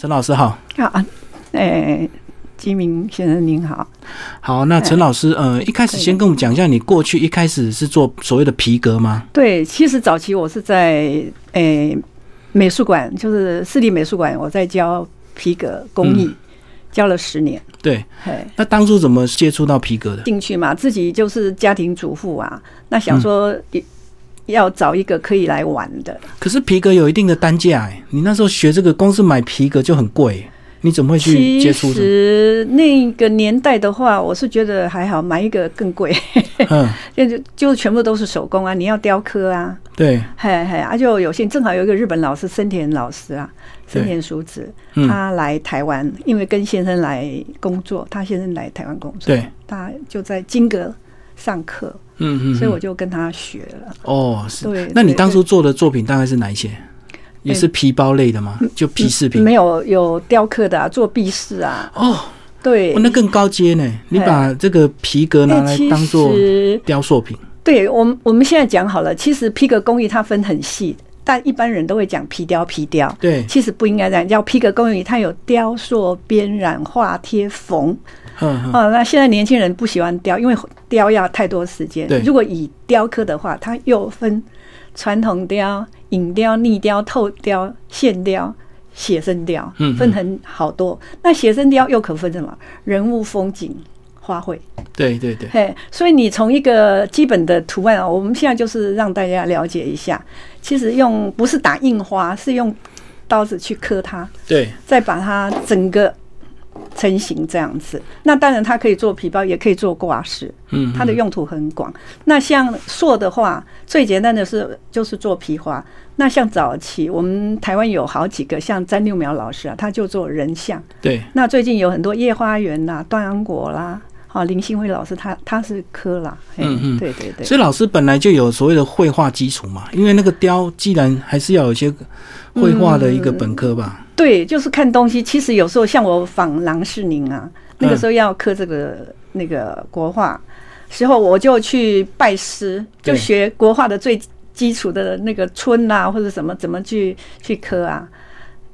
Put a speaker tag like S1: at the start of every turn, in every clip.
S1: 陈老师好，
S2: 好啊，哎，金明先生您好，
S1: 好，
S2: 哎
S1: 那陈老师，呃，一开始先跟我们讲一下，你过去一开始是做所谓的皮革吗？
S2: 对，其实早期我是在诶美术馆，就是市立美术馆，我在教皮革工
S1: 嗯
S2: 艺，教了十年，
S1: 对，
S2: 嘿，
S1: 那当初怎么接触到皮革的？
S2: 进去嘛，自己就是家庭主妇啊，那想说
S1: 嗯
S2: 也要找一个可以来玩的，
S1: 可是皮革有一定的单价、哎，你那时候学这个，光是买皮革就很贵、你怎么会去接
S2: 其
S1: 触的？
S2: 实那个年代的话，我是觉得还好，买一个更贵，
S1: 嗯，
S2: 就就就全部都是手工啊，你要雕刻啊，
S1: 对，
S2: 嘿嘿，啊，就有幸正好有一个日本老师森田老师啊，
S1: 对
S2: 森田淑子，
S1: 嗯
S2: 他来台湾，因为跟先生来工作，他先生来台湾工作，
S1: 对，
S2: 他就在金阁上课，
S1: 嗯嗯，
S2: 所以我
S1: 嗯
S2: 就跟他学了。
S1: 哦是
S2: 对，
S1: 那你
S2: 对
S1: 当初做的作品大概是哪一些？也是皮包类的吗？就皮饰品？
S2: 嗯没有有雕刻的啊，做壁饰啊，
S1: 哦，
S2: 对
S1: 哦，那更高阶呢。你把这个皮革拿
S2: 哎
S1: 来
S2: 其
S1: 当做
S2: 实
S1: 雕塑品，
S2: 对我们我们现在讲好了，其实皮革工艺它分很细，但一般人都会讲皮雕皮雕。
S1: 对，
S2: 其实不应该这样，叫皮革工艺，它有雕塑、编染、画贴、缝，
S1: 嗯嗯，
S2: 哦，那现在年轻人不喜欢雕，因为雕要太多时间
S1: 对。
S2: 如果以雕刻的话，它又分传统雕、影雕、逆雕、透雕、线雕、写生雕
S1: 嗯嗯，
S2: 分很好多。那写生雕又可分什么？人物、风景、花卉。
S1: 对对对，
S2: 嘿，所以你从一个基本的图案啊，我们现在就是让大家了解一下，其实用不是打印花，是用刀子去刻它。
S1: 对，
S2: 再把它整个成型这样子。那当然，它可以做皮包，也可以做挂饰，
S1: 嗯，
S2: 它的用途很广。那像塑的话，最简单的是就是做皮花。那像早期我们台湾有好几个，像詹六苗老师啊，他就做人像。
S1: 对，
S2: 那最近有很多夜花园啦、段安国啦。啊，林兴辉老师他他是科啦，嘿
S1: 嗯嗯
S2: 对对对，
S1: 所以老师本来就有所谓的绘画基础嘛，因为那个雕既然还是要有一些绘画的一个本科吧，
S2: 对，就是看东西。其实有时候像我仿郎世宁啊，
S1: 嗯
S2: 那个时候要刻这个、那个国画时候，我就去拜师，
S1: 对
S2: 就学国画的最基础的那个春啊，或者什么怎么去去刻啊，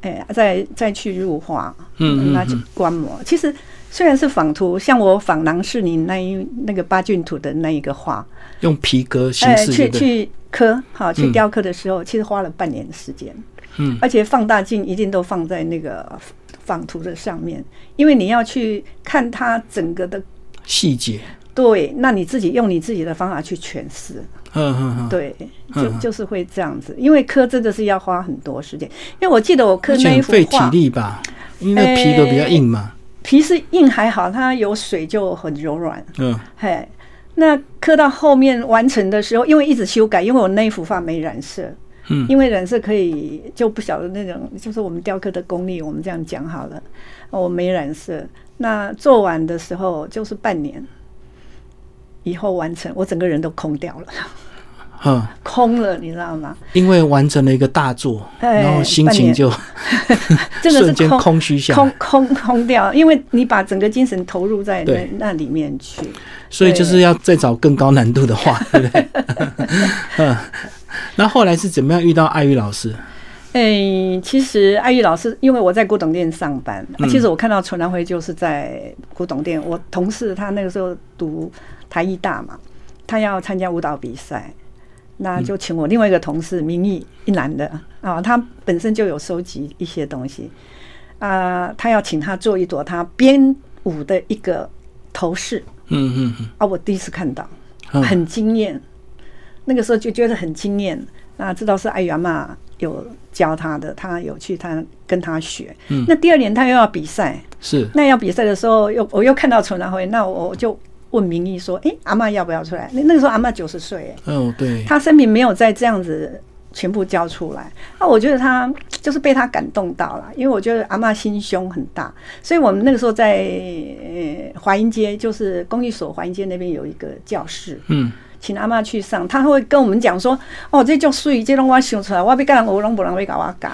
S2: 哎，再再去入画，
S1: 嗯嗯
S2: 那就观摩。其实虽然是仿图，像我仿郎世宁那一那个八骏图的那一个画，
S1: 用皮革形
S2: 哎，
S1: 式对
S2: 去
S1: 不对？
S2: 去刻好去
S1: 嗯
S2: 雕刻的时候，其实花了半年时间。
S1: 嗯，
S2: 而且放大镜一定都放在那个仿图的上面，因为你要去看它整个的。
S1: 细节，
S2: 对，那你自己用你自己的方法去诠释，
S1: 嗯嗯嗯，
S2: 对，就就是会这样子。因为刻真的是要花很多时间，因为我记得我刻
S1: 而且
S2: 那一
S1: 很
S2: 幅
S1: 费体
S2: 画，哎
S1: 力吧，因为那皮革比较硬嘛，
S2: 皮是硬还好，它有水就很柔软，
S1: 嗯，
S2: 嘿。那刻到后面完成的时候，因为一直修改，因为我那一幅画没染色，
S1: 嗯
S2: 因为染色可以就不晓得那种，就是我们雕刻的功力，我们这样讲好了。我没染色，那做完的时候就是半年以后完成，我整个人都空掉了，
S1: 嗯，
S2: 空了，你知道吗？
S1: 因为完成了一个大作，
S2: 哎
S1: 然后心情就
S2: 真的
S1: 瞬
S2: 是
S1: 间
S2: 空
S1: 空虚下
S2: 空
S1: 来，
S2: 空空掉，因为你把整个精神投入在那
S1: 对
S2: 那里面去。
S1: 所以就是要再找更高难度的 画，对不对？嗯，那后来是怎么样遇到艾玉老师？
S2: 哎，其实艾玉老师，因为我在古董店上班，啊
S1: 嗯
S2: 其实我看到陈南辉就是在古董店。我同事他那个时候读台艺大嘛，他要参加舞蹈比赛，那就请我另外一个同事明义一男的啊，他本身就有收集一些东西啊、他要请他做一朵他编舞的一个头饰
S1: 嗯嗯嗯
S2: 啊，我第一次看到，
S1: 嗯，
S2: 很惊艳。那个时候就觉得很惊艳，那知道是艾原嘛有教他的，他有去他跟他学。
S1: 嗯
S2: 那第二年他又要比赛，
S1: 是，
S2: 那要比赛的时候又我又看到陈南辉，那我就问明义说：“哎、阿嬷要不要出来？”那那个时候阿嬷九十岁，哎
S1: 哦对，
S2: 他生平没有再这样子全部交出来。那我觉得他就是被他感动到了，因为我觉得阿嬷心胸很大，所以我们那个时候在呃华阴街，就是公寓所华阴街那边有一个教室，
S1: 嗯。
S2: 请阿嬷去上，他会跟我们讲说，哦，这叫水，这拢我想出来，我要教人，我拢无人要教我教。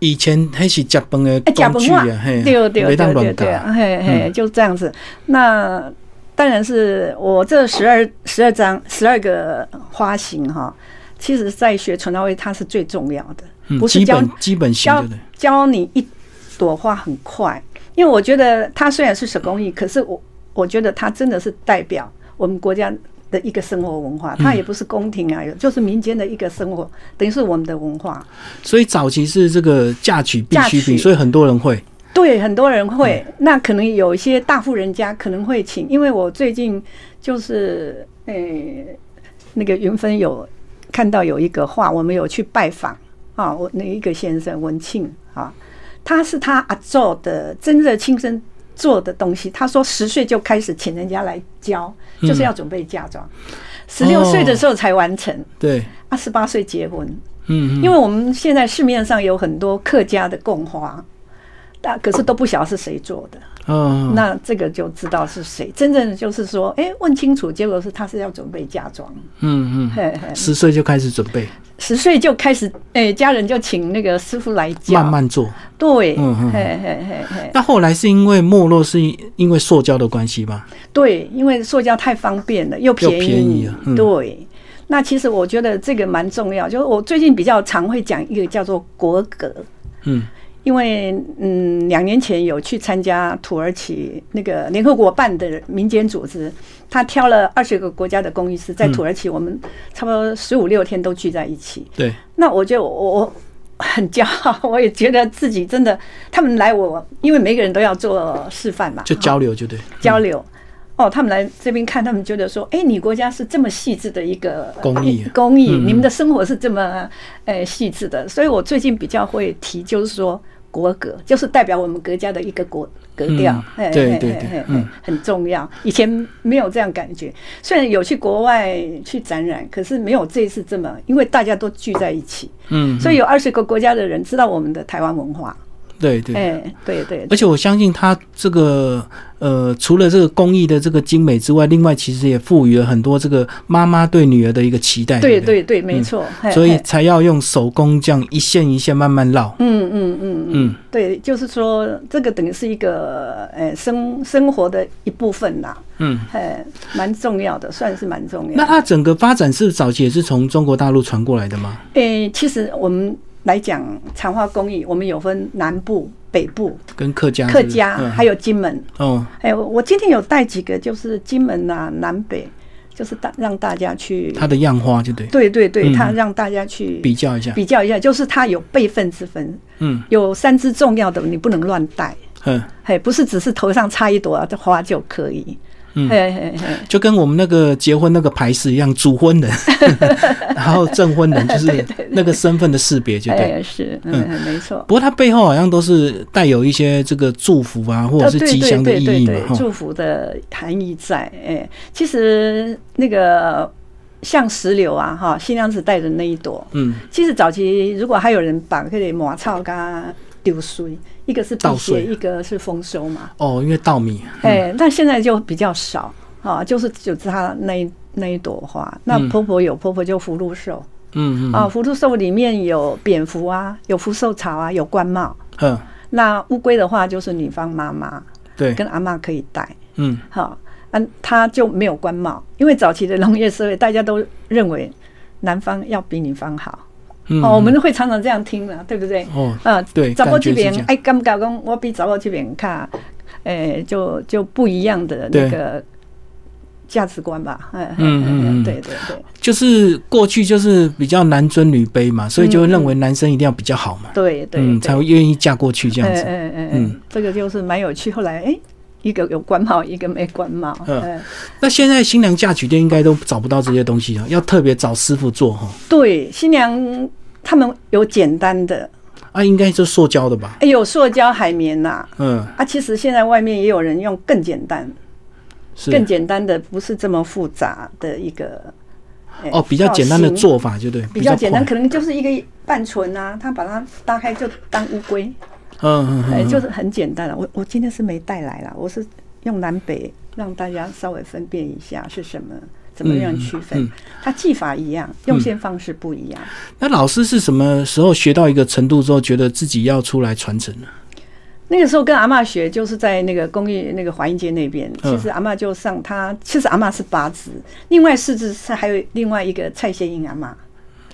S1: 以前还是食饭的
S2: 哎，假
S1: 工
S2: 本
S1: 具
S2: 话，
S1: 啊，嘿，
S2: 对对对
S1: 没当
S2: 对
S1: 乱搞嗯
S2: 对，啊嘿嘿，就这样子。那当然是我这十二十二张十二个花型哈，其实在学传道位它是最重要的，
S1: 嗯
S2: 不是
S1: 基
S2: 教
S1: 本基本型
S2: 教
S1: 的，
S2: 教你一朵花很快，因为我觉得它虽然是手工艺，可是我我觉得它真的是代表我们国家的一个生活文化，它也不是宫廷啊，有就是民间的一个生活，等于是我们的文化。
S1: 所以早期是这个嫁娶必需
S2: 嫁娶
S1: 品，所以很多人会。
S2: 对，很多人会，那可能有一些大户人家可能会请，因为我最近就是诶、那个云芬有看到有一个画，我们有去拜访啊，我那一个先生文庆啊，他是他阿做的真的亲身做的东西，他说十岁就开始请人家来教，就是要准备嫁妆，十六岁的时候才完成，
S1: 对，
S2: 二十八岁结婚。
S1: 嗯，嗯
S2: 因为我们现在市面上有很多客家的供花，但可是都不晓得是谁做的，
S1: 嗯，
S2: 那这个就知道是谁。真正的就是说，哎、问清楚，结果是他是要准备嫁妆，
S1: 嗯
S2: 嘿嘿
S1: 嗯，十岁就开始准备，
S2: 十岁就开始，哎、家人就请那个师傅来教，
S1: 慢慢做。
S2: 对，
S1: 嗯嗯嗯
S2: 嘿嘿嘿嘿，
S1: 那后来是因为没落，是因为塑胶的关系吧？
S2: 对，因为塑胶太方便了，又便宜，
S1: 又便宜啊嗯
S2: 对。那其实我觉得这个蛮重要，就是我最近比较常会讲一个叫做国格，
S1: 嗯，
S2: 因为嗯，两年前有去参加土耳其那个联合国办的民间组织，他挑了二十个国家的工艺师，在土耳其，我们差不多十五六天都聚在一起。
S1: 对，
S2: 那我觉得我我很骄傲，我也觉得自己真的，他们来我，因为每个人都要做示范嘛，
S1: 就交流就对，
S2: 交流。哦，他们来这边看，他们觉得说，哎、你国家是这么细致的一个
S1: 工艺嗯
S2: 呃工艺，你们的生活是这么呃细致的，所以我最近比较会提，就是说国格，就是代表我们国家的一个国格调，哎
S1: 嗯
S2: 嘿
S1: 对
S2: 嘿
S1: 对
S2: 嘿
S1: 对
S2: 嘿嘿
S1: 嗯
S2: 哎很重要。以前没有这样感觉，虽然有去国外去展览，可是没有这一次这么，因为大家都聚在一起，
S1: 嗯，
S2: 所以有二十个国家的人知道我们的台湾文化，
S1: 对对。
S2: 哎、对对
S1: 而且我相信它这个呃，除了这个工艺的这个精美之外，另外其实也赋予了很多这个妈妈对女儿的一个期待。
S2: 对
S1: 不
S2: 对对，没错，哎嘿
S1: 哎嗯所以
S2: 嘿
S1: 才要用手工这样一线一线慢慢烙。
S2: 嗯嗯嗯
S1: 嗯，
S2: 对，就是说这个等于是一个呃生生活的一部分啦，
S1: 嗯，
S2: 呃，蛮重要的，算是蛮重要
S1: 那
S2: 的。
S1: 它整个发展是早期也是从中国大陆传过来的吗？
S2: 诶，其实我们来讲产化工艺，我们有分南部、北部、
S1: 跟客家是不
S2: 客
S1: 是
S2: 家，
S1: 嗯、
S2: 还有金门。
S1: 哦，
S2: 哎，我我今天有带几个，就是金门啊、南北，就是大让大家去，
S1: 它的样花就对，
S2: 对对对，
S1: 嗯
S2: 他让大家去
S1: 比较一下，
S2: 比较一下，就是它有辈分之分，
S1: 嗯
S2: 有三支重要的，你不能乱带。
S1: 嗯，
S2: 嘿，不是只是头上插一朵花就可以。
S1: 嗯
S2: 嘿嘿嘿，
S1: 就跟我们那个结婚那个牌是一样，主婚人， 然后证婚人 就是那个身份的识别就对。
S2: 哎，是，嗯，没错。
S1: 不过它背后好像都是带有一些这个祝福啊，或者
S2: 呃
S1: 是
S2: 对
S1: 吉祥的
S2: 对
S1: 意
S2: 对
S1: 义嘛
S2: 对，，
S1: 哈，
S2: 祝福的含义在。哎，其实那个像石榴啊，哈，新娘子戴的那一朵，
S1: 嗯，
S2: 其实早期如果还有人把这个马草嘎丢水，一个是辟
S1: 倒水
S2: 邪，一个是丰收嘛。
S1: 哦，因为稻米，
S2: 哎，但现在就比较少啊，就是就它那一那一朵花。那
S1: 嗯
S2: 婆婆有婆婆就福禄寿。
S1: 嗯嗯
S2: 啊，福禄寿里面有蝙蝠啊，有福寿草啊，有官帽。
S1: 嗯，
S2: 那乌龟的话就是女方妈妈
S1: 对，
S2: 跟阿嬷可以戴，
S1: 嗯
S2: 哈，嗯、啊，她就没有官帽，因为早期的农业社会，大家都认为男方要比女方好。
S1: 嗯，
S2: 哦，我们会常常这样听的，对不对？
S1: 哦，
S2: 啊，
S1: 对
S2: 查某
S1: 感觉
S2: 这
S1: 是
S2: 边
S1: 这样
S2: 哎，感觉讲我比查某这边卡，诶、就就不一样的那
S1: 对
S2: 个价值观吧。嗯
S1: 嗯嗯嗯
S2: 对对对
S1: 就是过去就是比较男尊女卑嘛，所以就会认为男生一定要比较好嘛，
S2: 对对，
S1: 嗯，
S2: 对
S1: 才会愿意嫁过去这样子。
S2: 嗯嗯
S1: 嗯
S2: 嗯，这个就是蛮有趣。后来哎、一个有官帽，一个没官帽。
S1: 嗯
S2: 嗯、
S1: 那现在新娘嫁娶店应该都找不到这些东西了，要特别找师傅做哈，
S2: 对，新娘他们有简单的，
S1: 啊，应该就塑胶的吧，
S2: 哎、有塑胶海绵呐、啊。
S1: 嗯，
S2: 其实现在外面也有人用更简单、
S1: 是
S2: 更简单的，不是这么复杂的一个。哎
S1: 哦，比较简单的，
S2: 造型
S1: 做法就对，
S2: 比较简单，
S1: 快
S2: 可能就是一个半唇啊，他把它搭开就当乌龟，
S1: 嗯嗯
S2: 哎、
S1: 嗯，
S2: 就是是很简单了、我我今天是没带来啦，我是用南北让大家稍微分辨一下是什么，怎么样区分、
S1: 嗯嗯
S2: 它技法一样，用线方式不一样。
S1: 那老师是什么时候学到一个程度之后，觉得自己要出来传承呢？
S2: 那个时候跟阿嬷学，就是在那个公寓那个华阴街那边。
S1: 嗯
S2: 其实阿嬷就上她，其实阿嬷是八支，另外四支是还有另外一个蔡先英阿嬷。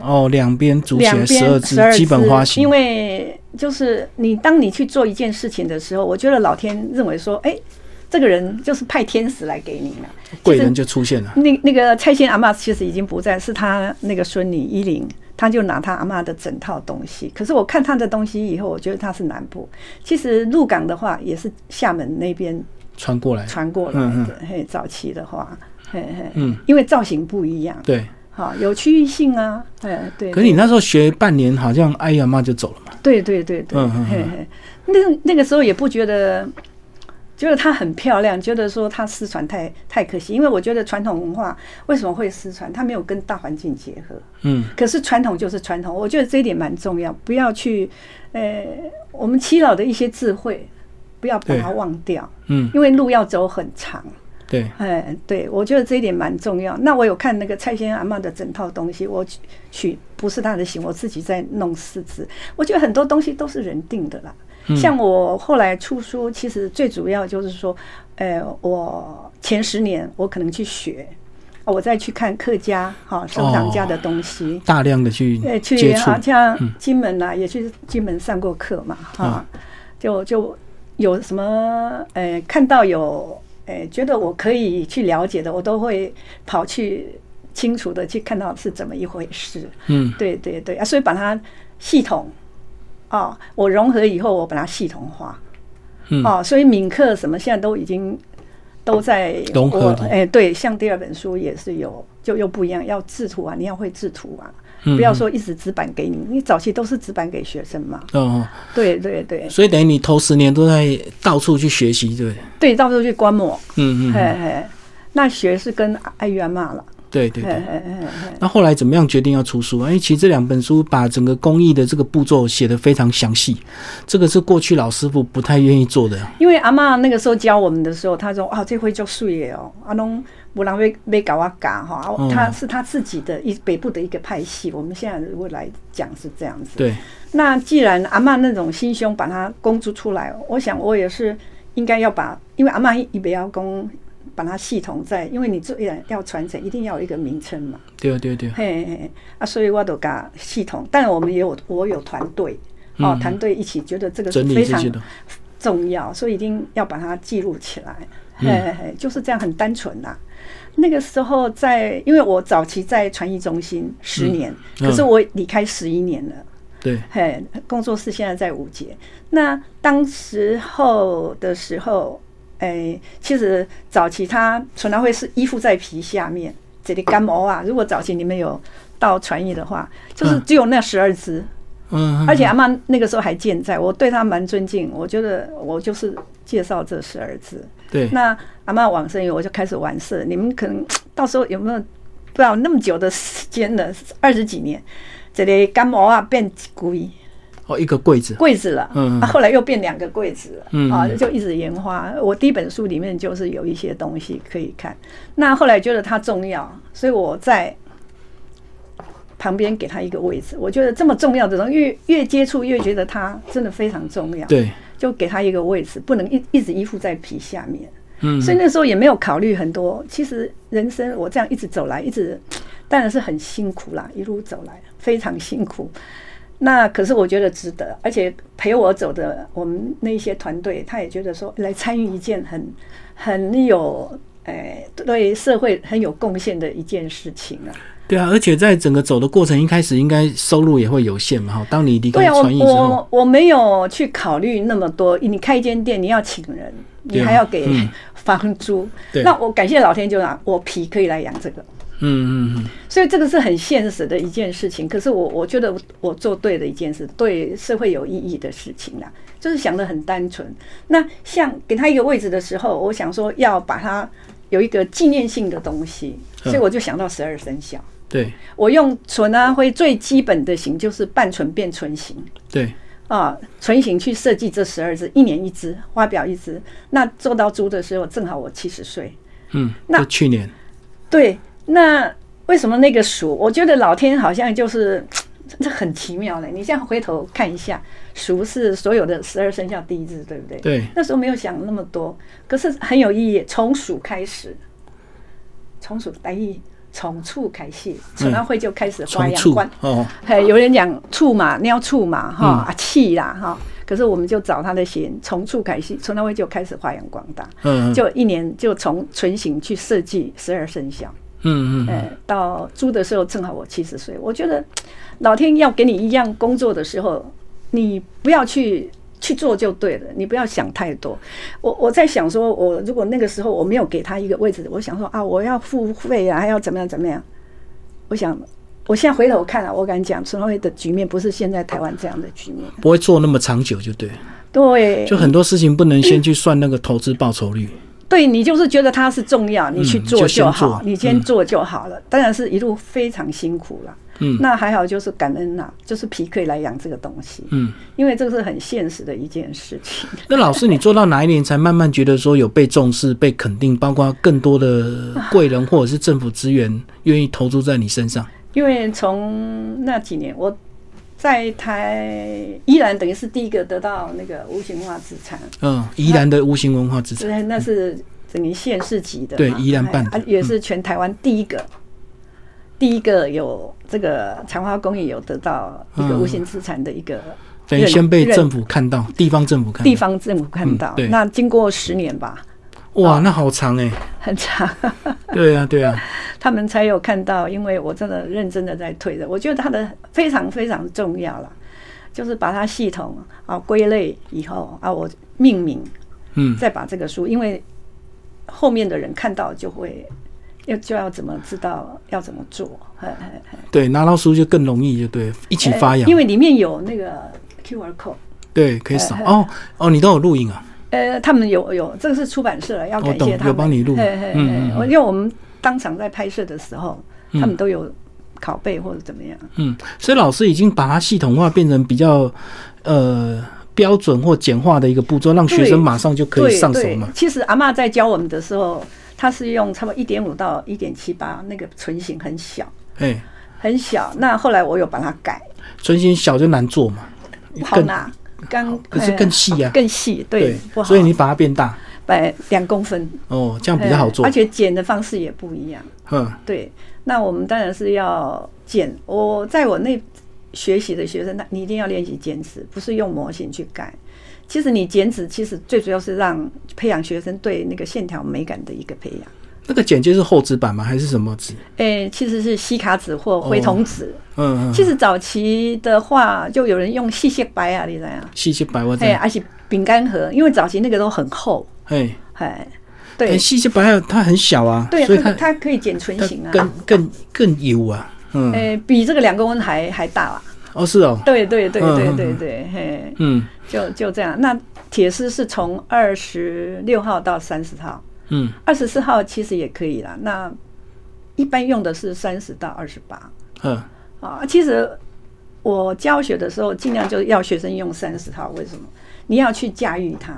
S1: 哦，两边组起来
S2: 两
S1: 十二
S2: 边
S1: 支
S2: 12
S1: 基本花
S2: 支
S1: 型
S2: 因，为就是你当你去做一件事情的时候，我觉得老天认为说，哎，这个人就是派天使来给你了。
S1: 贵人就出现了。
S2: 那那个蔡姓阿嬷其实已经不在，是她那个孙女依琳，她就拿她阿嬷的整套东西。可是我看她的东西以后，我觉得她是南部。其实鹿港的话，也是厦门那边
S1: 穿过来，
S2: 传过来的。
S1: 嗯
S2: 嘿，早期的话，嘿嘿，
S1: 嗯，
S2: 因为造型不一样，
S1: 对。
S2: 哈、有区域性啊。嘿，对。
S1: 可是你那时候学半年，好像哎呀妈就走了嘛。
S2: 对对对对，
S1: 嗯嗯嗯
S2: 嘿嘿，那那个时候也不觉得，觉得她很漂亮，觉得说她失传太太可惜，因为我觉得传统文化为什么会失传，它没有跟大环境结合。
S1: 嗯，
S2: 可是传统就是传统，我觉得这一点蛮重要，不要去，呃，我们七老的一些智慧，不要把它
S1: 对
S2: 忘掉，
S1: 嗯，
S2: 因为路要走很长。
S1: 对，
S2: 哎，对，我觉得这一点蛮重要。那我有看那个蔡先生阿嬷的整套东西，我取取不是她的型，我自己在弄四肢。我觉得很多东西都是人定的啦。像我后来出书，其实最主要就是说，呃，我前十年我可能去学，啊我再去看客家哈收藏家的东西。
S1: 大量的去
S2: 呃，
S1: 接
S2: 去
S1: 触嗯
S2: 好，像金门啊，也去金门上过课嘛，哈、就就有什么呃，看到有呃，觉得我可以去了解的，我都会跑去清楚的去看到是怎么一回事。
S1: 嗯，
S2: 对对对啊，所以把它系统啊、我融合以后，我把它系统化。
S1: 嗯
S2: 哦，所以闽客什么现在都已经都在
S1: 融合
S2: 我
S1: 的
S2: 哎、对，像第二本书也是有，就又不一样，要制图啊，你要会制图啊，
S1: 嗯
S2: 不要说一直纸板给你，你早期都是纸板给学生嘛。
S1: 哦，
S2: 对对对
S1: 所以等于你头十年都在到处去学习，对不对，
S2: 对，到处去观摩，
S1: 嗯
S2: 嘿
S1: 嗯，
S2: 嘿，那学是跟爱媛骂了，
S1: 对对
S2: 嘿
S1: 对。
S2: 嘿嘿嘿，
S1: 那后来怎么样决定要出书啊？因为其实这两本书把整个工艺的这个步骤写得非常详细，这个是过去老师傅不太愿意做的。
S2: 因为阿嬷那个时候教我们的时候，她说啊，这会就碎耶哦，阿龙无人被被搞啊嘎哈，啊
S1: 嗯
S2: 她是她自己的一北部的一个派系，我们现在如果来讲是这样子。
S1: 对，
S2: 那既然阿嬷那种心胸把它公诸出来，我想我也是应该要把，因为阿嬷也不要公把它系统在，因为你这然要传承，一定要有一个名称嘛。
S1: 对啊对对，
S2: 嘿嘿嘿啊，所以我都噶系统，但我们也有我有团队哦，团队一起觉得这个是
S1: 嗯整理
S2: 非
S1: 这
S2: 常
S1: 些的。
S2: 重要，所以一定要把它记录起来。
S1: 嗯
S2: 嘿嘿嘿，就是这样，很单纯呐、那个时候在，因为我早期在传艺中心十年，
S1: 嗯
S2: 可是我离开十一年了。
S1: 对，
S2: 嘿，工作室现在在五节。那当时候的时候，哎、其实早期它纯拿会是依附在皮下面，这里干毛啊。如果早期你们有到传艺的话，就是只有那十二只，
S1: 嗯，
S2: 而且阿妈那个时候还健在，我对她蛮尊敬。我觉得我就是介绍这十二只。
S1: 对，
S2: 那阿妈往生以后，我就开始玩事。你们可能到时候有没有不知道那么久的时间了，二十几年，这里干毛啊变贵。
S1: 哦，一个柜子，
S2: 柜子了，
S1: 嗯嗯
S2: 啊，后来又变两个柜子了，
S1: 嗯
S2: 啊，就一直研发。我第一本书里面就是有一些东西可以看，那后来觉得它重要，所以我在旁边给它一个位置。我觉得这么重要的东西，越越接触越觉得它真的非常重要，
S1: 对，
S2: 就给它一个位置，不能一一直依附在皮下面。
S1: 嗯，
S2: 所以那时候也没有考虑很多。其实人生我这样一直走来，一直当然是很辛苦啦，一路走来非常辛苦。那可是我觉得值得，而且陪我走的我们那一些团队，他也觉得说来参与一件很很有诶、对社会很有贡献的一件事情啊。
S1: 对啊，而且在整个走的过程，一开始应该收入也会有限嘛。哈，当你离
S2: 对
S1: 开
S2: 啊，我
S1: 传艺之后，
S2: 我我没有去考虑那么多。你开一间店，你要请人，你
S1: 对啊
S2: 还要给
S1: 嗯
S2: 房租。
S1: 对
S2: 那我感谢老天就让我皮可以来养这个。
S1: 嗯嗯嗯，
S2: 所以这个是很现实的一件事情。可是我我觉得我我做对的一件事，对社会有意义的事情啦，就是想的很单纯。那像给他一个位置的时候，我想说要把它有一个纪念性的东西，
S1: 嗯
S2: 所以我就想到十二生肖。
S1: 对
S2: 我用纯安徽最基本的型，就是半纯变纯型。
S1: 对，
S2: 啊，纯型去设计这十二只，一年一只，花表一只。那做到猪的时候，正好我七十岁，
S1: 嗯，
S2: 那
S1: 就去年，
S2: 对，那为什么那个鼠？我觉得老天好像就是这很奇妙嘞。你现在回头看一下，鼠是所有的十二生肖第一只，对不对？
S1: 对
S2: 那时候没有想那么多，可是很有意义。从鼠开始，从鼠来意，从处开始，陈安会就开始花
S1: 从
S2: 样
S1: 醋
S2: 观。
S1: 哦，
S2: 嘿，有人讲醋嘛，尿醋嘛，哈、啊气啦哈。可是我们就找他的弦，从处开始，陈安会就开始发扬光大，
S1: 嗯嗯
S2: 就一年就从唇形去设计十二生肖。
S1: 嗯嗯
S2: 呃，到租的时候正好我七十岁，我觉得老天要给你一样工作的时候，你不要去去做就对了，你不要想太多。我我在想说，我如果那个时候我没有给他一个位置，我想说啊，我要付费啊，还要怎么样怎么样？我想，我现在回头看啊，我敢讲，陈慧的局面不是现在台湾这样的局面。
S1: 不会做那么长久就对，
S2: 对，
S1: 就很多事情不能先去算那个投资报酬率，
S2: 对你就是觉得它是重要，你去
S1: 嗯就
S2: 做
S1: 先
S2: 好，
S1: 做
S2: 你先做就好了。当然是一路非常辛苦了。
S1: 嗯
S2: 那还好，就是感恩啦、就是皮克来养这个东西，
S1: 嗯。
S2: 因为这个是很现实的一件事情。
S1: 那老师，你做到哪一年才慢慢觉得说有被重视、被肯定，包括更多的贵人或者是政府资源愿意投注在你身上？
S2: 因为从那几年，我在台依然等于是第一个得到那个无形文化资产，
S1: 嗯，宜兰的无形文化资产，
S2: 是那是等于县市级的嘛，
S1: 对宜兰办的嗯
S2: 哎啊也是全台湾第一个。第一个有这个长花公益有得到一个
S1: 嗯
S2: 无形资产的一个
S1: 等于
S2: 认
S1: 先被
S2: 认
S1: 政府看到，地方政府看
S2: 地
S1: 到。
S2: 方政府看到
S1: 嗯。对
S2: 那经过十年吧， 哦
S1: 哇，那好长哎、
S2: 很长，
S1: 对啊，对啊，
S2: 他们才有看到。因为我真的认真的在推的，我觉得它的非常非常重要了，就是把它系统啊归类以后啊，我命名，
S1: 嗯，
S2: 再把这个书，因为后面的人看到就会。要就要怎么知道要怎么做，嘿嘿嘿
S1: 对，拿到书就更容易，就对，一起发扬
S2: 因。为里面有那个 QR code，
S1: 对，可以扫。哦哦，你都有录影啊？
S2: 呃，他们有有，这个是出版社了，要
S1: 我
S2: 感
S1: 哦懂
S2: 谢他们。
S1: 有帮你录
S2: 嘿嘿嘿
S1: 嗯嗯嗯
S2: 我因为我们当场在拍摄的时候，他们都有拷贝或者怎么样。
S1: 嗯，所以老师已经把它系统化，变成比较呃标准或简化的一个步骤，让学
S2: 对
S1: 生马上就可
S2: 对
S1: 以上手
S2: 对
S1: 嘛。
S2: 其实阿嬷在教我们的时候，她是用差不多一点五到一点七八，那个唇形很小
S1: 哎，
S2: 很小。那后来我有把它改，
S1: 存心小就难做嘛，
S2: 不好
S1: 更
S2: 拿，刚
S1: 可是更细呀、
S2: 更细，哎哦对，不好。
S1: 所以你把它变大
S2: 摆两公分
S1: 哦，这样比较好做
S2: 哎而。且剪的方式也不一样。
S1: 嗯，
S2: 对，那我们当然是要剪。我在我那学习的学生，那你一定要练习剪纸，不是用模型去改。其实你剪纸，其实最主要是让培养学生对那个线条美感的一个培养。
S1: 那个剪接是厚纸板吗？还是什么纸？
S2: 诶、其实是吸卡纸或回筒纸。
S1: 嗯嗯，
S2: 其实早期的话，就有人用细线白啊，你知道呀？
S1: 细细白我这
S2: 哎、
S1: 样。
S2: 而且饼干盒，因为早期那个都很厚，
S1: 哎，
S2: 哎，
S1: 哎
S2: 对
S1: 细细白它很小啊，
S2: 对，
S1: 所以
S2: 它
S1: 它
S2: 它可以剪唇
S1: 它
S2: 形啊，
S1: 更更更油啊。嗯，
S2: 诶、比这个两公分还还大啊。
S1: 哦是哦，
S2: 对对对对
S1: 嗯嗯
S2: 对
S1: 嗯
S2: 对，嘿，
S1: 嗯
S2: 就就这样。那铁丝是从二十六号到三十号，
S1: 嗯
S2: 二十四号其实也可以啦。那一般用的是三十到二十八
S1: 嗯，
S2: 啊。其实我教学的时候，尽量就要学生用三十号。为什么？你要去驾驭它，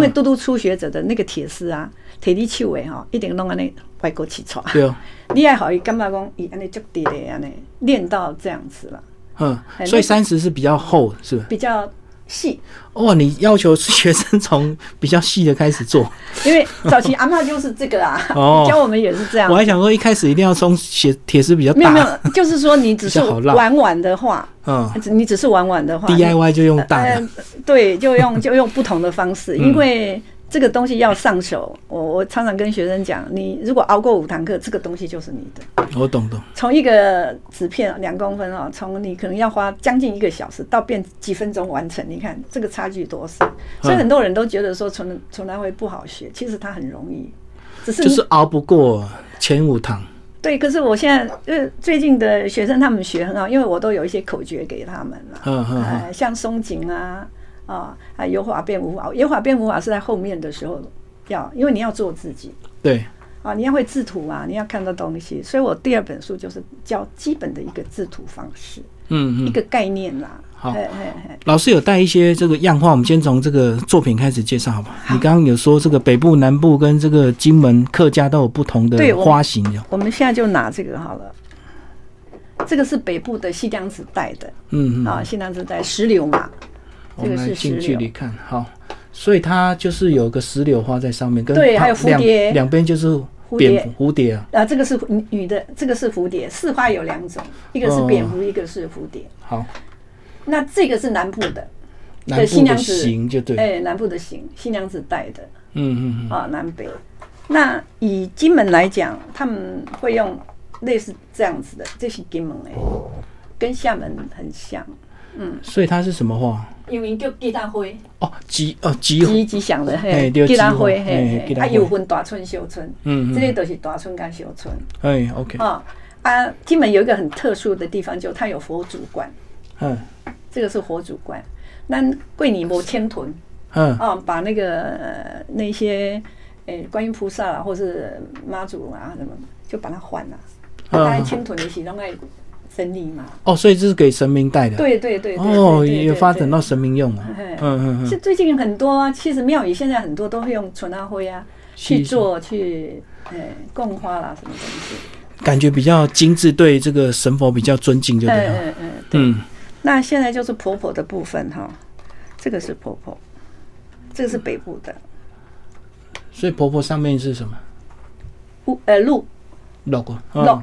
S1: 嗯
S2: 为嘟嘟初学者的那个铁丝啊，铁力气尾哈，一定弄安尼外国起床。
S1: 对哦，
S2: 你爱好伊感觉讲伊安尼足地的安尼练到这样子了，
S1: 嗯，所以三十是比较厚，是吧？
S2: 比较细。
S1: 哇，你要求学生从比较细的开始做，，
S2: 因为早期阿嬷就是这个啦
S1: 哦
S2: 教我们也是这样
S1: 我。还想说一开始一定要从写铁丝比较
S2: 没有没
S1: 大，
S2: 有，就是说你只是
S1: 比较好绕
S2: 玩玩的话，
S1: 嗯
S2: 你只是玩玩的话
S1: ，DIY 就用大的
S2: 呃，对，就用就用不同的方
S1: 嗯
S2: 式，因为这个东西要上手。我我常常跟学生讲，你如果熬过五堂课，这个东西就是你的。
S1: 哦我懂懂。
S2: 从一个纸片两公分哦，从你可能要花将近一个小时，到变几分钟完成，你看这个差距多少？
S1: 嗯
S2: 所以很多人都觉得说从从来会不好学，其实它很容易，只是
S1: 就
S2: 你
S1: 是熬不过前五堂。
S2: 对，可是我现在呃，最近的学生他们学很好，因为我都有一些口诀给他们了，
S1: 嗯嗯嗯，
S2: 呃，像松紧啊，啊，啊油滑变无法，油滑变无法是在后面的时候要，因为你要做自己
S1: 对，
S2: 啊，你要会制图啊，你要看到东西，所以我第二本书就是教基本的一个制图方式，
S1: 嗯
S2: 一
S1: 嗯。
S2: 个概念啦。
S1: 好
S2: 嘿嘿嘿，
S1: 老师有带一些这个样画，我们先从这个作品开始介绍，好吧？你刚刚有说这个北部、南部跟这个金门客家都有不同的
S2: 对我们
S1: 花型哟。
S2: 我们现在就拿这个好了。这个是北部的西江子带的
S1: 嗯嗯，
S2: 啊，西江子带石榴嘛，
S1: 我
S2: 这
S1: 们
S2: 个
S1: 来
S2: 是石
S1: 近距离
S2: 榴，
S1: 看好。所以它就是有个石榴花在上面，跟
S2: 对还有
S1: 旁两
S2: 蝴蝶
S1: 两边就是
S2: 蝴
S1: 蝙
S2: 蝶，
S1: 蝠、蝴蝶啊，
S2: 啊，这个是蝴女的，这个是蝴蝶。四花有两种，一个是蝙
S1: 嗯
S2: 蝠，一个是蝴蝶。
S1: 好，
S2: 那这个是南部的，
S1: 南
S2: 新
S1: 部
S2: 娘
S1: 的
S2: 子
S1: 形就对，
S2: 哎，南部的行，新娘子带的
S1: 嗯嗯
S2: 啊，南北。那以金门来讲，他们会用类似这样子的，这是金门哎，跟厦门很像，
S1: 嗯，所以它是什么花？
S2: 因为叫吉大灰，
S1: 哦，吉哦吉
S2: 吉吉祥的
S1: 哎
S2: 嘿，
S1: 对
S2: 吉大
S1: 吉
S2: 灰
S1: 花
S2: 嘿
S1: 哎吉
S2: 嘿，
S1: 大
S2: 啊，
S1: 花
S2: 有分大村小村，
S1: 嗯嗯
S2: 这个都是大村跟小村
S1: 哎，OK，
S2: 啊啊。金门有一个很特殊的地方，就它有佛祖观，
S1: 嗯
S2: 这个是佛祖观。那桂林无千屯，
S1: 嗯
S2: 啊，把那个、呃那些诶、观音菩萨啊，或是妈祖啊什么，就把它换了、
S1: 嗯
S2: 啊，大家千屯一起弄爱整理嘛。
S1: 哦，所以这是给神明戴的，
S2: 对对对对
S1: 哦，
S2: 对对
S1: 也
S2: 对
S1: 发展到神明用了
S2: 哎，
S1: 嗯嗯
S2: 是
S1: 嗯，
S2: 最近很多啊，其实庙宇现在很多都会用纯阿灰啊
S1: 是
S2: 去
S1: 是
S2: 做去诶供花啦什么东西。
S1: 感觉比较精致，对这个神佛比较尊敬，就
S2: 嗯
S1: 对了，
S2: 嗯嗯，对。
S1: 嗯，
S2: 那现在就是婆婆的部分哈，这个是婆婆，这个是北部的
S1: 所以婆婆上面是什么？
S2: 鹿呃鹿
S1: 老公，
S2: 鹿
S1: 嗯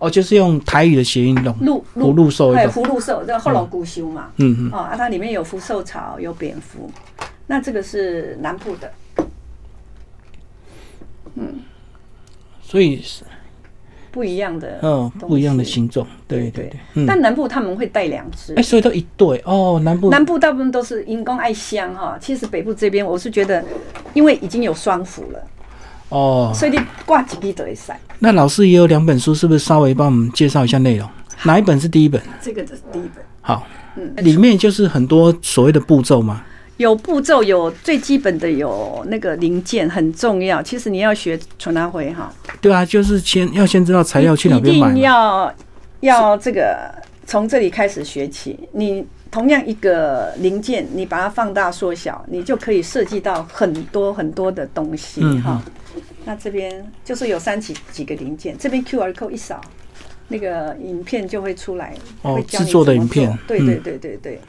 S1: 哦，就是用台语的谐音龙，
S2: 鹿
S1: 葫芦兽一
S2: 哎
S1: 种，
S2: 葫芦兽，这后老古修嘛。
S1: 嗯嗯，
S2: 哦，啊，它里面有福寿草，有蝙蝠，那这个是南部的，
S1: 所以是
S2: 不一样的。
S1: 嗯不一样的
S2: 东西
S1: 形状，对对
S2: 对
S1: 对，嗯，
S2: 但南部他们会带两只
S1: 哎，，所以都一对哦，南部
S2: 南部大部分都是因公爱香哈。其实北部这边，我是觉得，因为已经有双福了，
S1: 哦，
S2: 所以你挂几匹都会晒。
S1: 那老师也有两本书，是不是稍微帮我们介绍一下内容？哪一本是第一本？
S2: 这个这是第一本，
S1: 好，
S2: 嗯，
S1: 里面就是很多所谓的步骤嘛。
S2: 有步骤，有最基本的，有那个零件很重要。其实你要学纯阿灰哈，
S1: 对啊，就是先要先知道材料去哪
S2: 一
S1: 边买
S2: 定
S1: 嘛。
S2: 要要这个从这里开始学起。你同样一个零件，你把它放大缩小，你就可以设计到很多很多的东西
S1: 嗯
S2: 哈。那这边就是有三几几个零件，这边 QR code 一扫，那个影片就会出来，
S1: 哦
S2: 会教你
S1: 制作的
S2: 怎么
S1: 影片
S2: 做对
S1: 嗯
S2: 对对对对。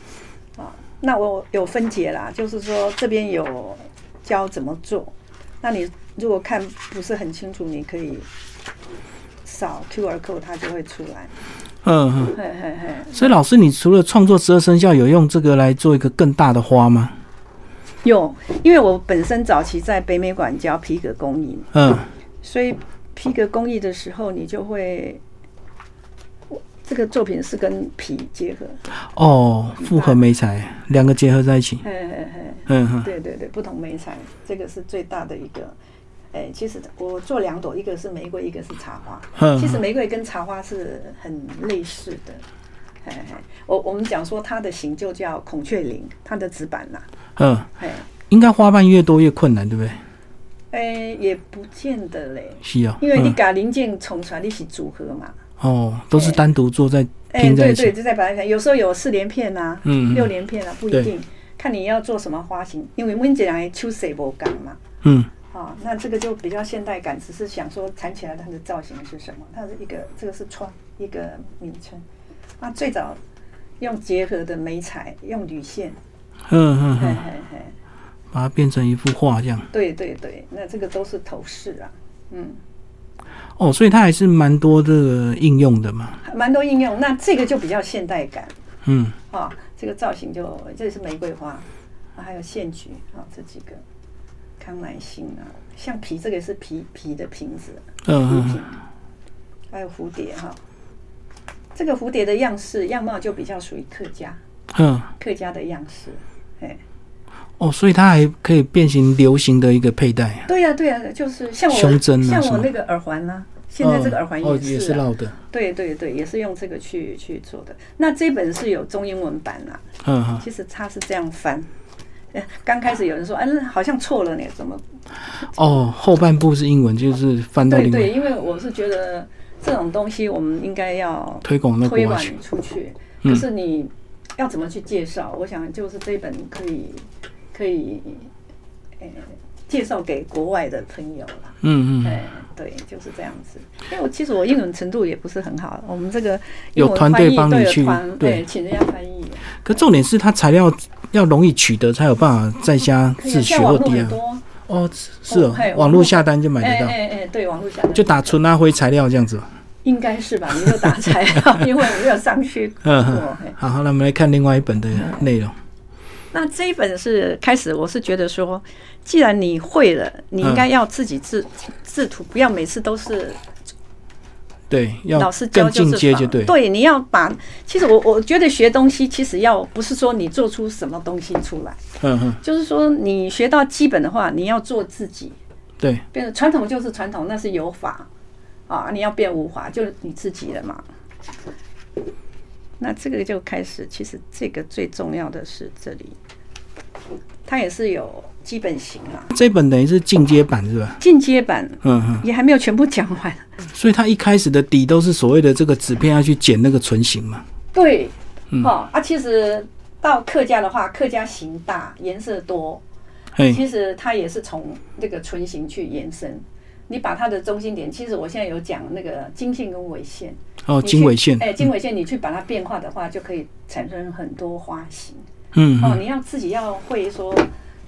S2: 啊，那我有分解啦，就是说这边有教怎么做，那你如果看不是很清楚，你可以扫 QR code，它就会出来。
S1: 嗯嗯。
S2: 嘿嘿嘿，
S1: 所以老师，你除了创作十二生肖，有用这个来做一个更大的花吗？
S2: 有，因为我本身早期在北美馆教皮革工艺，
S1: 嗯，
S2: 所以皮革工艺的时候，你就会。这个作品是跟皮结合，
S1: 哦，复合媒材两个结合在一起。
S2: 嘿嘿嘿，
S1: 嗯哼，
S2: 对对对，不同美材，这个是最大的一个。哎，其实我做两朵，一个是玫瑰，一个是茶花。
S1: 嗯
S2: 其实玫瑰跟茶花是很类似的。哎，哎我我们讲说它的形就叫孔雀翎，它的子板啦、
S1: 嗯，
S2: 哎
S1: 应该花瓣越多越困难，对不对？
S2: 哎，也不见得嘞，
S1: 是啊、
S2: 因为你
S1: 嗯、
S2: 把零件重出来，你是组合嘛。
S1: 哦，都是单独做在
S2: 哎，
S1: 拼在
S2: 对
S1: 一起。
S2: 对，就在把它，有时候有四连片呐、啊，
S1: 嗯嗯
S2: 六连片啊，不一
S1: 对
S2: 定，看你要做什么花型，因为温姐来秋水无干嘛。
S1: 嗯，
S2: 啊、那这个就比较现代感，只是想说缠起来它的造型是什么？它是一个，这个是窗，一个名称。那最早用结合的媒材，用铝线，
S1: 嗯嗯
S2: 嘿
S1: 嗯，
S2: 嘿嘿，
S1: 把它变成一幅画这样。
S2: 对对对，那这个都是头饰啊，嗯，
S1: 哦，所以它还是蛮多这个应用的嘛。
S2: 还蛮多应用。那这个就比较现代感
S1: 嗯，
S2: 啊、这个造型就这是玫瑰花，啊、还有线菊啊、这几个康乃馨啊，橡皮这个也是皮皮的瓶子，
S1: 嗯
S2: 物
S1: 嗯
S2: 品，还有蝴蝶哈。这个蝴蝶的样式样貌就比较属于客家，
S1: 嗯，
S2: 客家的样式。哎，
S1: 哦，所以它还可以变形流行的一个佩戴。
S2: 对呀、对呀、就是像我
S1: 胸针啊
S2: 像
S1: 是
S2: 我
S1: 吗
S2: 那个耳环呢、现在这个耳环
S1: 哦哦
S2: 也
S1: 也
S2: 是,、
S1: 是
S2: 啊
S1: 绕的。
S2: 对对对，也是用这个去去做的。那这本是有中英文版啦、
S1: 嗯嗯，
S2: 其实它是这样翻。 呃刚开始有人说，哎、那好像错了呢，怎么？
S1: 哦，后半部是英文，就是翻到
S2: 对
S1: 另外
S2: 对，因为我是觉得这种东西我们应该要
S1: 推广到国
S2: 推
S1: 外
S2: 广
S1: 去。
S2: 出去。
S1: 嗯
S2: 可是你要怎么去介绍？我想就是这本可以可以，呃，介绍给国外的朋友了。
S1: 嗯嗯，
S2: 哎，对，就是这样子。因为我其实我英文程度也不是很好，我们这个
S1: 有
S2: 英文
S1: 团
S2: 翻
S1: 队
S2: 译
S1: 帮
S2: 都
S1: 你
S2: 有
S1: 去
S2: 团
S1: 对
S2: 哎请人家翻译。啊
S1: 可重点是它材料要容易取得，才有办法在家
S2: 可以啊
S1: 自学
S2: 现在网
S1: 或
S2: 络
S1: DIY
S2: 很。多，
S1: 哦，是
S2: 哦
S1: 哦
S2: 嘿，
S1: 网
S2: 网
S1: 络
S2: 络
S1: 下单就买
S2: 哎
S1: 得到，
S2: 哎哎，对，网络下单
S1: 就打纯阿灰材料这样子吧。
S2: 应该是吧？你就打材料， 因为我没有上去
S1: 嗯
S2: 过哎
S1: 哼，
S2: 嘿
S1: 好，那我们来看另外一本的内容。
S2: 那这一本是开始，我是觉得说，既然你会了，你应
S1: 嗯
S2: 该要自己制制图，不要每次都是
S1: 对，
S2: 老
S1: 要
S2: 师教
S1: 更
S2: 就
S1: 进
S2: 是
S1: 阶就
S2: 仿
S1: 对。
S2: 对，你要把。其实我我觉得学东西，其实要不是说你做出什么东西出来，
S1: 嗯哼，
S2: 就是说你学到基本的话，你要做自己。
S1: 对，
S2: 变成传统就是传统，那是有法啊，你要变无法，就是你自己了嘛。那这个就开始，其实这个最重要的是这里，它也是有基本型啊，
S1: 这本等于是进阶版是吧？
S2: 进阶版
S1: 嗯哼，
S2: 也还没有全部讲完。
S1: 所以它一开始的底都是所谓的这个纸片要去剪那个唇形嘛。
S2: 对，哦啊，其实到客家的话，客家型大，颜色多，
S1: 嘿，
S2: 其实它也是从那个唇形去延伸。你把它的中心点，其实我现在有讲那个经线跟纬线。
S1: 哦，
S2: 你
S1: 经
S2: 去
S1: 纬线，
S2: 哎，经纬线你去把它变化的话，就可以产生很多花型。
S1: 嗯
S2: 哦，
S1: 哼，
S2: 你要自己要会说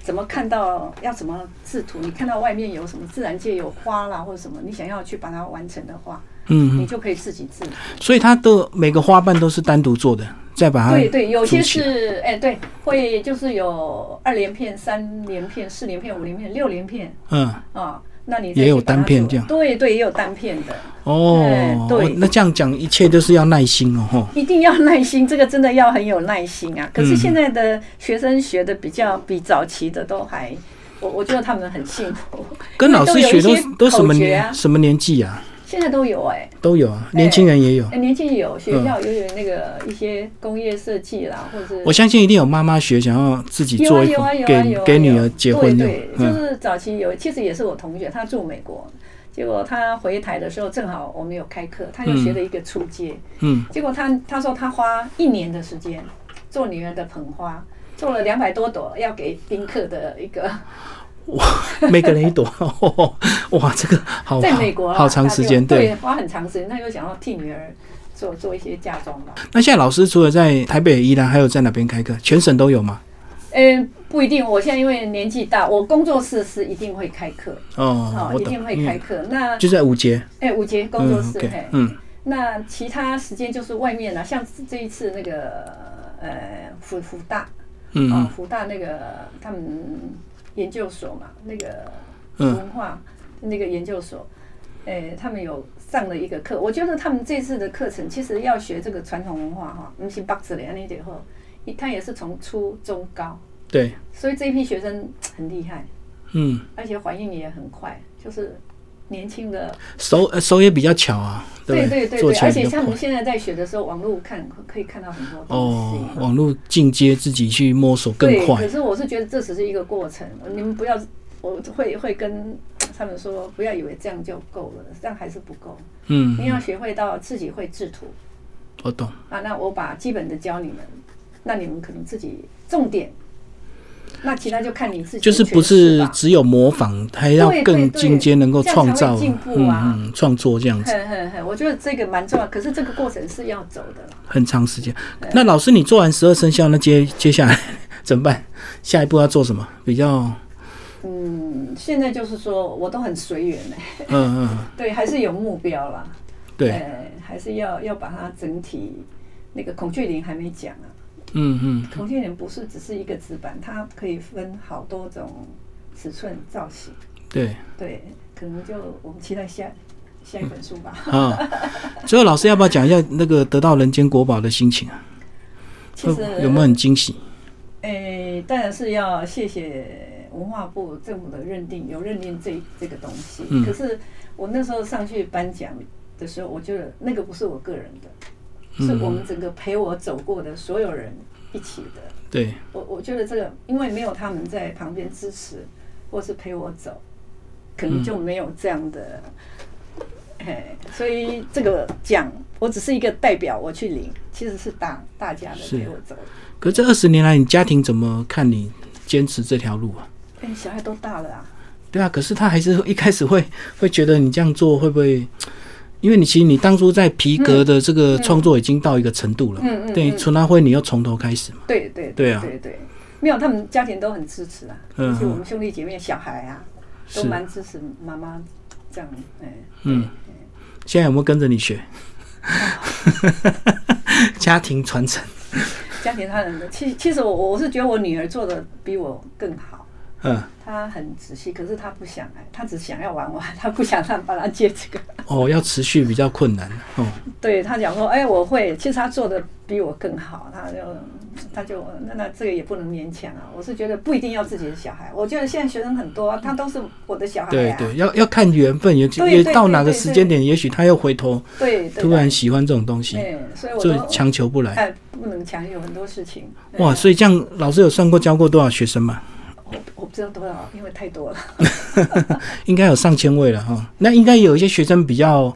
S2: 怎么看到，要怎么制图。你看到外面有什么自然界有花啦，或者什么，你想要去把它完成的话，
S1: 嗯
S2: 你
S1: 哼，
S2: 就可以自己制图。
S1: 所以它的每个花瓣都是单独做的，再把它
S2: 对对，有些
S1: 组起来
S2: 是哎，对，会就是有二连片、三连片、四连片、五连片、六连片
S1: 嗯，
S2: 啊。那你再
S1: 也有
S2: 去把它
S1: 单片
S2: 做
S1: 这样
S2: 对对，也有单片的，
S1: 哦
S2: 哎，对
S1: 哦那这样讲，一切都是要耐心哦，吼，
S2: 一定要耐心，这个真的要很有耐心啊。可是现在的学生学的比较比早期的都还，我我觉得他们很幸福，
S1: 跟老师学
S2: 因
S1: 都
S2: 为
S1: 都
S2: 有一些
S1: 什么
S2: 口诀
S1: 年
S2: 啊？
S1: 什么年纪啊？
S2: 现在都有哎、
S1: 都有啊，
S2: 哎
S1: 年轻人也有。
S2: 哎年轻有学校有点那个一些工业设计啦，或者
S1: 我相信一定有妈妈学，想要自己
S2: 有
S1: 做
S2: 啊
S1: 一
S2: 有啊
S1: 份
S2: 有啊有
S1: 给
S2: 啊
S1: 给
S2: 有
S1: 女
S2: 啊
S1: 儿结婚用
S2: 对，对，
S1: 嗯
S2: 就是早期有，其实也是我同学，他住美国，结果他回台的时候正好我们有开课，他就学了一个初阶，
S1: 嗯，
S2: 结果他他说他花一年的时间做女儿的捧花，做了两百多朵，要给宾客的一个。
S1: 每个人一朵， 哇，这个好
S2: 在美国啊
S1: 哦好好长时间。
S2: 他就
S1: 对
S2: 对，，花很长时间，他又想要替女儿做做一些嫁妆吧。
S1: 那现在老师除了在台北、宜兰，还有在哪边开课？全省都有吗？
S2: 嗯，不一定。我现在因为年纪大，我工作室是一定会开课，
S1: 哦
S2: 哦，，
S1: 我
S2: 一
S1: 懂
S2: 定，会
S1: 因
S2: 开
S1: 为
S2: 课。那
S1: 就在五节。
S2: 哎，五节工作
S1: 嗯
S2: 室，
S1: ，OK，
S2: 哎，
S1: 嗯，
S2: 那其他时间就是外面了，像这一次那个呃福福大，
S1: 嗯
S2: 啊
S1: 嗯，
S2: 福大那个他们研究所嘛，那个
S1: 嗯
S2: 文化那个研究所，诶、他们有上了一个课。我觉得他们这次的课程其实要学这个传统文化哈，不是八字的那点后，他也是从初中高，
S1: 对，
S2: 所以这一批学生很厉害，
S1: 嗯，
S2: 而且反应也很快，就是年轻的，
S1: 手呃手也比较巧啊，
S2: 对
S1: 不
S2: 对对
S1: 做
S2: 对，
S1: 起来
S2: 而
S1: 比
S2: 且
S1: 较
S2: 像我
S1: 快
S2: 们。现在在学的时候，网络看可以看到很多东西。
S1: 哦，网络进阶自己去摸索
S2: 对，
S1: 更快
S2: 可。是我是觉得这只是一个过程，你们不要，我会会跟他们说，不要以为这样就够了，这样还是不够。
S1: 嗯，
S2: 你要学会到自己会制图
S1: 我懂。
S2: 啊。那我把基本的教你们，那你们可能自己重点，那其他就看你自己的
S1: 就是不
S2: 诠释
S1: 是
S2: 吧
S1: 只有模仿，还要
S2: 对对
S1: 更
S2: 对
S1: 进阶，能够
S2: 这样
S1: 创
S2: 才
S1: 造，
S2: 会进步啊
S1: 嗯嗯，创作这样子，
S2: 很很很，我觉得这个蛮重要，可是这个过程是要走的啦。
S1: 很长时间。那老师，你做完十二生肖，那接接下来 怎么办？下一步要做什么？比较，
S2: 嗯，现在就是说我都很随缘哎，
S1: 嗯嗯，
S2: 对，还是有目标啦。
S1: 对，
S2: 呃，还是要要把它整体那个孔雀翎还没讲啊，
S1: 嗯嗯，
S2: 孔雀翎不是只是一个纸板，它可以分好多种尺寸造型。
S1: 对
S2: 对，可能就我们期待下下一本书吧。
S1: 啊。最后，老师要不要讲一下那个得到人间国宝的心情啊？
S2: 其
S1: 会
S2: 实
S1: 有没有很惊喜？
S2: 诶，当然是要谢谢文化部政府的认定，有认定这这个东西。
S1: 嗯
S2: 可是我那时候上去颁奖的时候，我觉得那个不是我个人的，是
S1: 嗯
S2: 我们整个陪我走过的所有人一起的。
S1: 对，
S2: 我我觉得这个，因为没有他们在旁边支持，或是陪我走，可
S1: 嗯
S2: 能就没有这样的。哎，所以这个奖，我只是一个代表，我去领，其实是大大家的
S1: 是
S2: 陪我走。
S1: 可这二十年来，你家庭怎么看你坚持这条路啊？
S2: 哎，小孩都大了啊，
S1: 对啊，可是他还是一开始会会觉得你这样做会不会？因为你其实你当初在皮革的这个创作已经到一个程度了嘛，
S2: 嗯嗯嗯
S1: 对，纯拉灰你又从头开始嘛，
S2: 对对
S1: 对啊
S2: 对对。没有，他们家庭都很支持啊，
S1: 嗯
S2: 而且我们兄弟姐妹、小孩啊，都
S1: 是
S2: 蛮支持妈妈这样，哎、
S1: 嗯，现在有没有跟着你学？ 家庭传承，
S2: 家庭他很，其其实我我是觉得我女儿做的比我更好。
S1: 嗯，
S2: 她很仔细，可是她不想哎，她只想要玩玩，她不想让帮她接这个。
S1: 哦，要持续比较困难哦，
S2: 对她讲说，哎，我会，其实她做的比我更好，她就她就那那这个也不能勉强啊。我是觉得不一定要自己的小孩，我觉得现在学生很多啊，他都是我的小孩、啊。
S1: 对对，要要看缘分，也许
S2: 对
S1: 也
S2: 对
S1: 到
S2: 对
S1: 哪个
S2: 对
S1: 时
S2: 对
S1: 间点，也许他又回头
S2: 对，对
S1: 突然喜欢这种东西，
S2: 哎，所以我
S1: 所以
S2: 都
S1: 强求不来。
S2: 哎不能强有很多事情。哎
S1: 哇，所以这样老师有算过教过多少学生吗？
S2: 我我不知道多少，因为太多了。
S1: 应该有上千位了哈、那应该有一些学生比较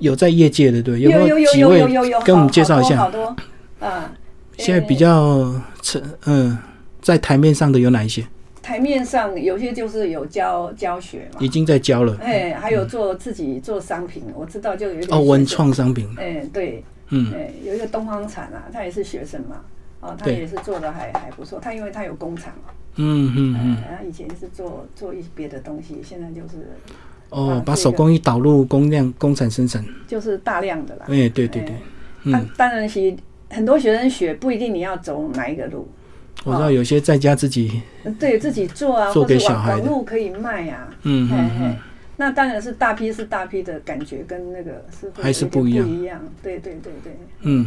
S1: 有在业界的，对？没有
S2: 有
S1: 几
S2: 有有
S1: 位
S2: 有有，
S1: 跟我们
S2: 好
S1: 介绍一下
S2: 好多好多啊。
S1: 现在比
S2: 呃
S1: 较成嗯、在台面上的有哪一些？
S2: 台面上有些就是有教教学嘛
S1: 已，经在教了
S2: 哎，还有做自己做商品，我知道就有一个
S1: 哦，文
S2: 学生，
S1: 创商品，
S2: 哎，对，
S1: 嗯，
S2: 哎，有一个东方产啊，他也是学生嘛，哦，他
S1: 对
S2: 也是做的还还不错，他因为他有工厂，
S1: 嗯嗯嗯，
S2: 哎他以前是做做一些别的东西，现在就是
S1: 哦
S2: 啊，
S1: 把
S2: 这
S1: 手
S2: 个
S1: 工艺导入工量工厂生产，
S2: 就是大量的啦，
S1: 哎，对对对
S2: 哎，啊
S1: 嗯，，
S2: 当然是很多学生学不一定你要走哪一个路，
S1: 我知道有些在家自
S2: 哦
S1: 己，
S2: 对自己做啊，
S1: 做
S2: 或
S1: 给
S2: 者
S1: 小
S2: 网
S1: 孩的
S2: 网络可以卖啊，
S1: 嗯
S2: 嘿
S1: 嗯
S2: 嘿
S1: 嗯，
S2: 那当然是大批是大批的感觉，跟那个是会
S1: 还是
S2: 有点
S1: 不一样
S2: 不一样。对对对对，
S1: 嗯，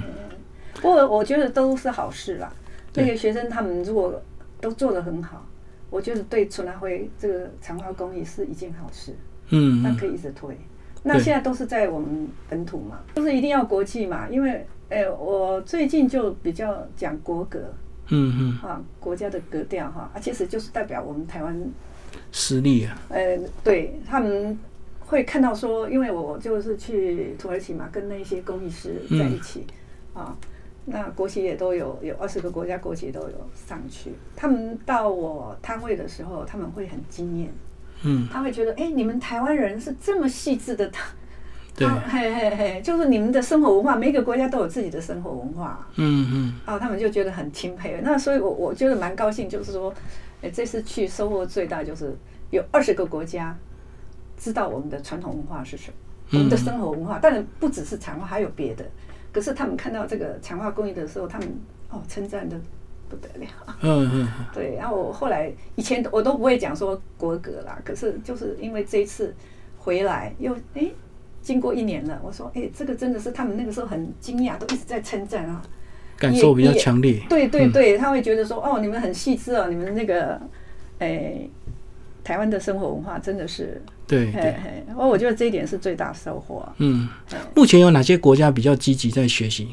S2: 不过我觉得都是好事啦。
S1: 对
S2: 那个学生他们如果都做得很好，我觉得对纯来回这个长花工艺是一件好事，
S1: 嗯
S2: 那
S1: 嗯
S2: 可以一直推。那现在都是在我们本土嘛，就是一定要国际嘛，因为呃，我最近就比较讲国格
S1: 嗯嗯，
S2: 啊，国家的格调哈，啊，其实就是代表我们台湾
S1: 实力啊，
S2: 呃，对他们会看到说，因为我就是去土耳其嘛，跟那些工艺师在一起、啊，那国旗也都有，有二十个国家国旗都有上去。他们到我摊位的时候，他们会很惊艳，
S1: 嗯，
S2: 他会觉得，哎、你们台湾人是这么细致的，他
S1: 对，
S2: 嘿嘿嘿，就是你们的生活文化，每一个国家都有自己的生活文化
S1: 嗯嗯，
S2: 啊，他们就觉得很钦佩。那所以我我觉得蛮高兴，就是说，哎、这次去收获最大就是有二十个国家知道我们的传统文化是什么，我们的生活文化。当然不只是产化，还有别的。可是他们看到这个产化工艺的时候，他们哦称赞的不得了。
S1: 嗯嗯嗯，
S2: 对，然后我后来以前我都不会讲说国格啦，可是就是因为这一次回来又哎，经过一年了，我说哎，这个真的是他们那个时候很惊讶，都一直在称赞啊。
S1: 感受比较强烈，
S2: 对对对，他会觉得说哦，你们很细致哦，你们那个哎，台湾的生活文化真的是，
S1: 对
S2: 嘿
S1: 对，
S2: 嘿，哦我我觉得这一点是最大收获啊。
S1: 嗯，目前有哪些国家比较积极在学习？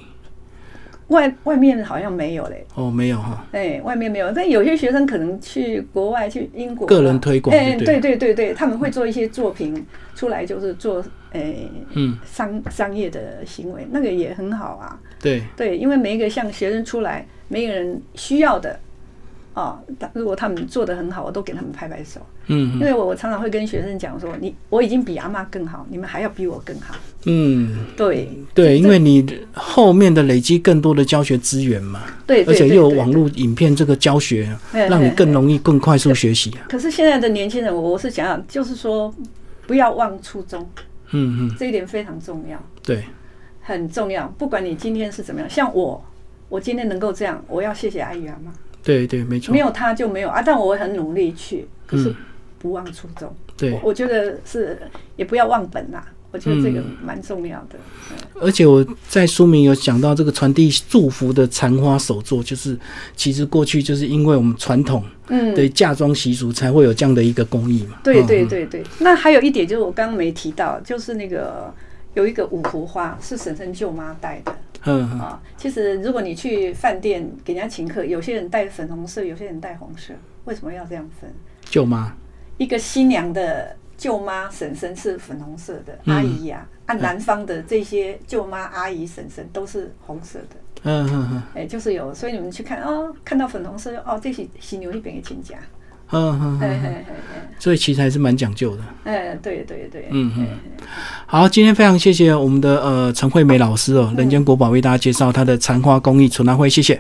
S2: 外外面好像没有嘞，
S1: 哦，没有哈，
S2: 哎，外面没有，但有些学生可能去国外，去英国啊，
S1: 个人推广就
S2: 哎，
S1: 对
S2: 对对对对，他们会做一些作品出来，就是做哎
S1: 嗯，
S2: 商商业的行为，那个也很好啊。
S1: 对，
S2: 对，因为每一个像学生出来，每一个人需要的，哦，他如果他们做的很好，我都给他们拍拍手，
S1: 嗯
S2: 因为我我常常会跟学生讲说，你我已经比阿妈更好，你们还要比我更好。
S1: 嗯，
S2: 对
S1: 对，因为你后面的累积更多的教学资源嘛，
S2: 对，
S1: 而
S2: 对
S1: 且
S2: 对
S1: 又有
S2: 对
S1: 网络影片这个教学，
S2: 嘿嘿
S1: 让你更容易、更快速学习啊。
S2: 可是现在的年轻人，我是想要，就是说，不要忘初衷，
S1: 嗯嗯，
S2: 这一点非常重要，
S1: 对，
S2: 很重要。不管你今天是怎么样，像我，我今天能够这样，我要谢谢阿姨阿妈，
S1: 对对，没错
S2: 没，有她就没有啊。但我会很努力去，可是
S1: 嗯
S2: 不忘初衷。
S1: 对。
S2: 我我觉得是也不要忘本啦、我觉得这个
S1: 嗯
S2: 蛮重要的。
S1: 而且我在书名有讲到这个传递祝福的残花手作，就是其实过去就是因为我们传统
S2: 嗯，
S1: 的嫁妆习俗才会有这样的一个工艺嘛。
S2: 对
S1: 嗯
S2: 对，对对。那还有一点就是我刚刚没提到，就是那个有一个五湖花是婶婶舅妈带的。
S1: 嗯嗯，
S2: 啊，其实如果你去饭店给人家请客，有些人带粉红色，有些人带红色，为什么要这样分？
S1: 舅妈，
S2: 一个新娘的舅妈、婶婶是粉红色的，
S1: 嗯
S2: 阿姨呀、啊，南方的这些舅妈、阿姨、婶婶都是红色的，
S1: 嗯嗯嗯
S2: 哎，就是有，所以你们去看哦，看到粉红色就哦，这是犀牛一边的亲家，
S1: 嗯嗯
S2: 哎
S1: 嗯，
S2: 哎哎
S1: 所以其实还是蛮讲究的。
S2: 哎，哎，对对对，
S1: 嗯嗯
S2: 哎
S1: 好，今天非常谢谢我们的呃陈惠美老师哦，人间国宝为大家介绍她的残花工艺纯兰会，谢谢。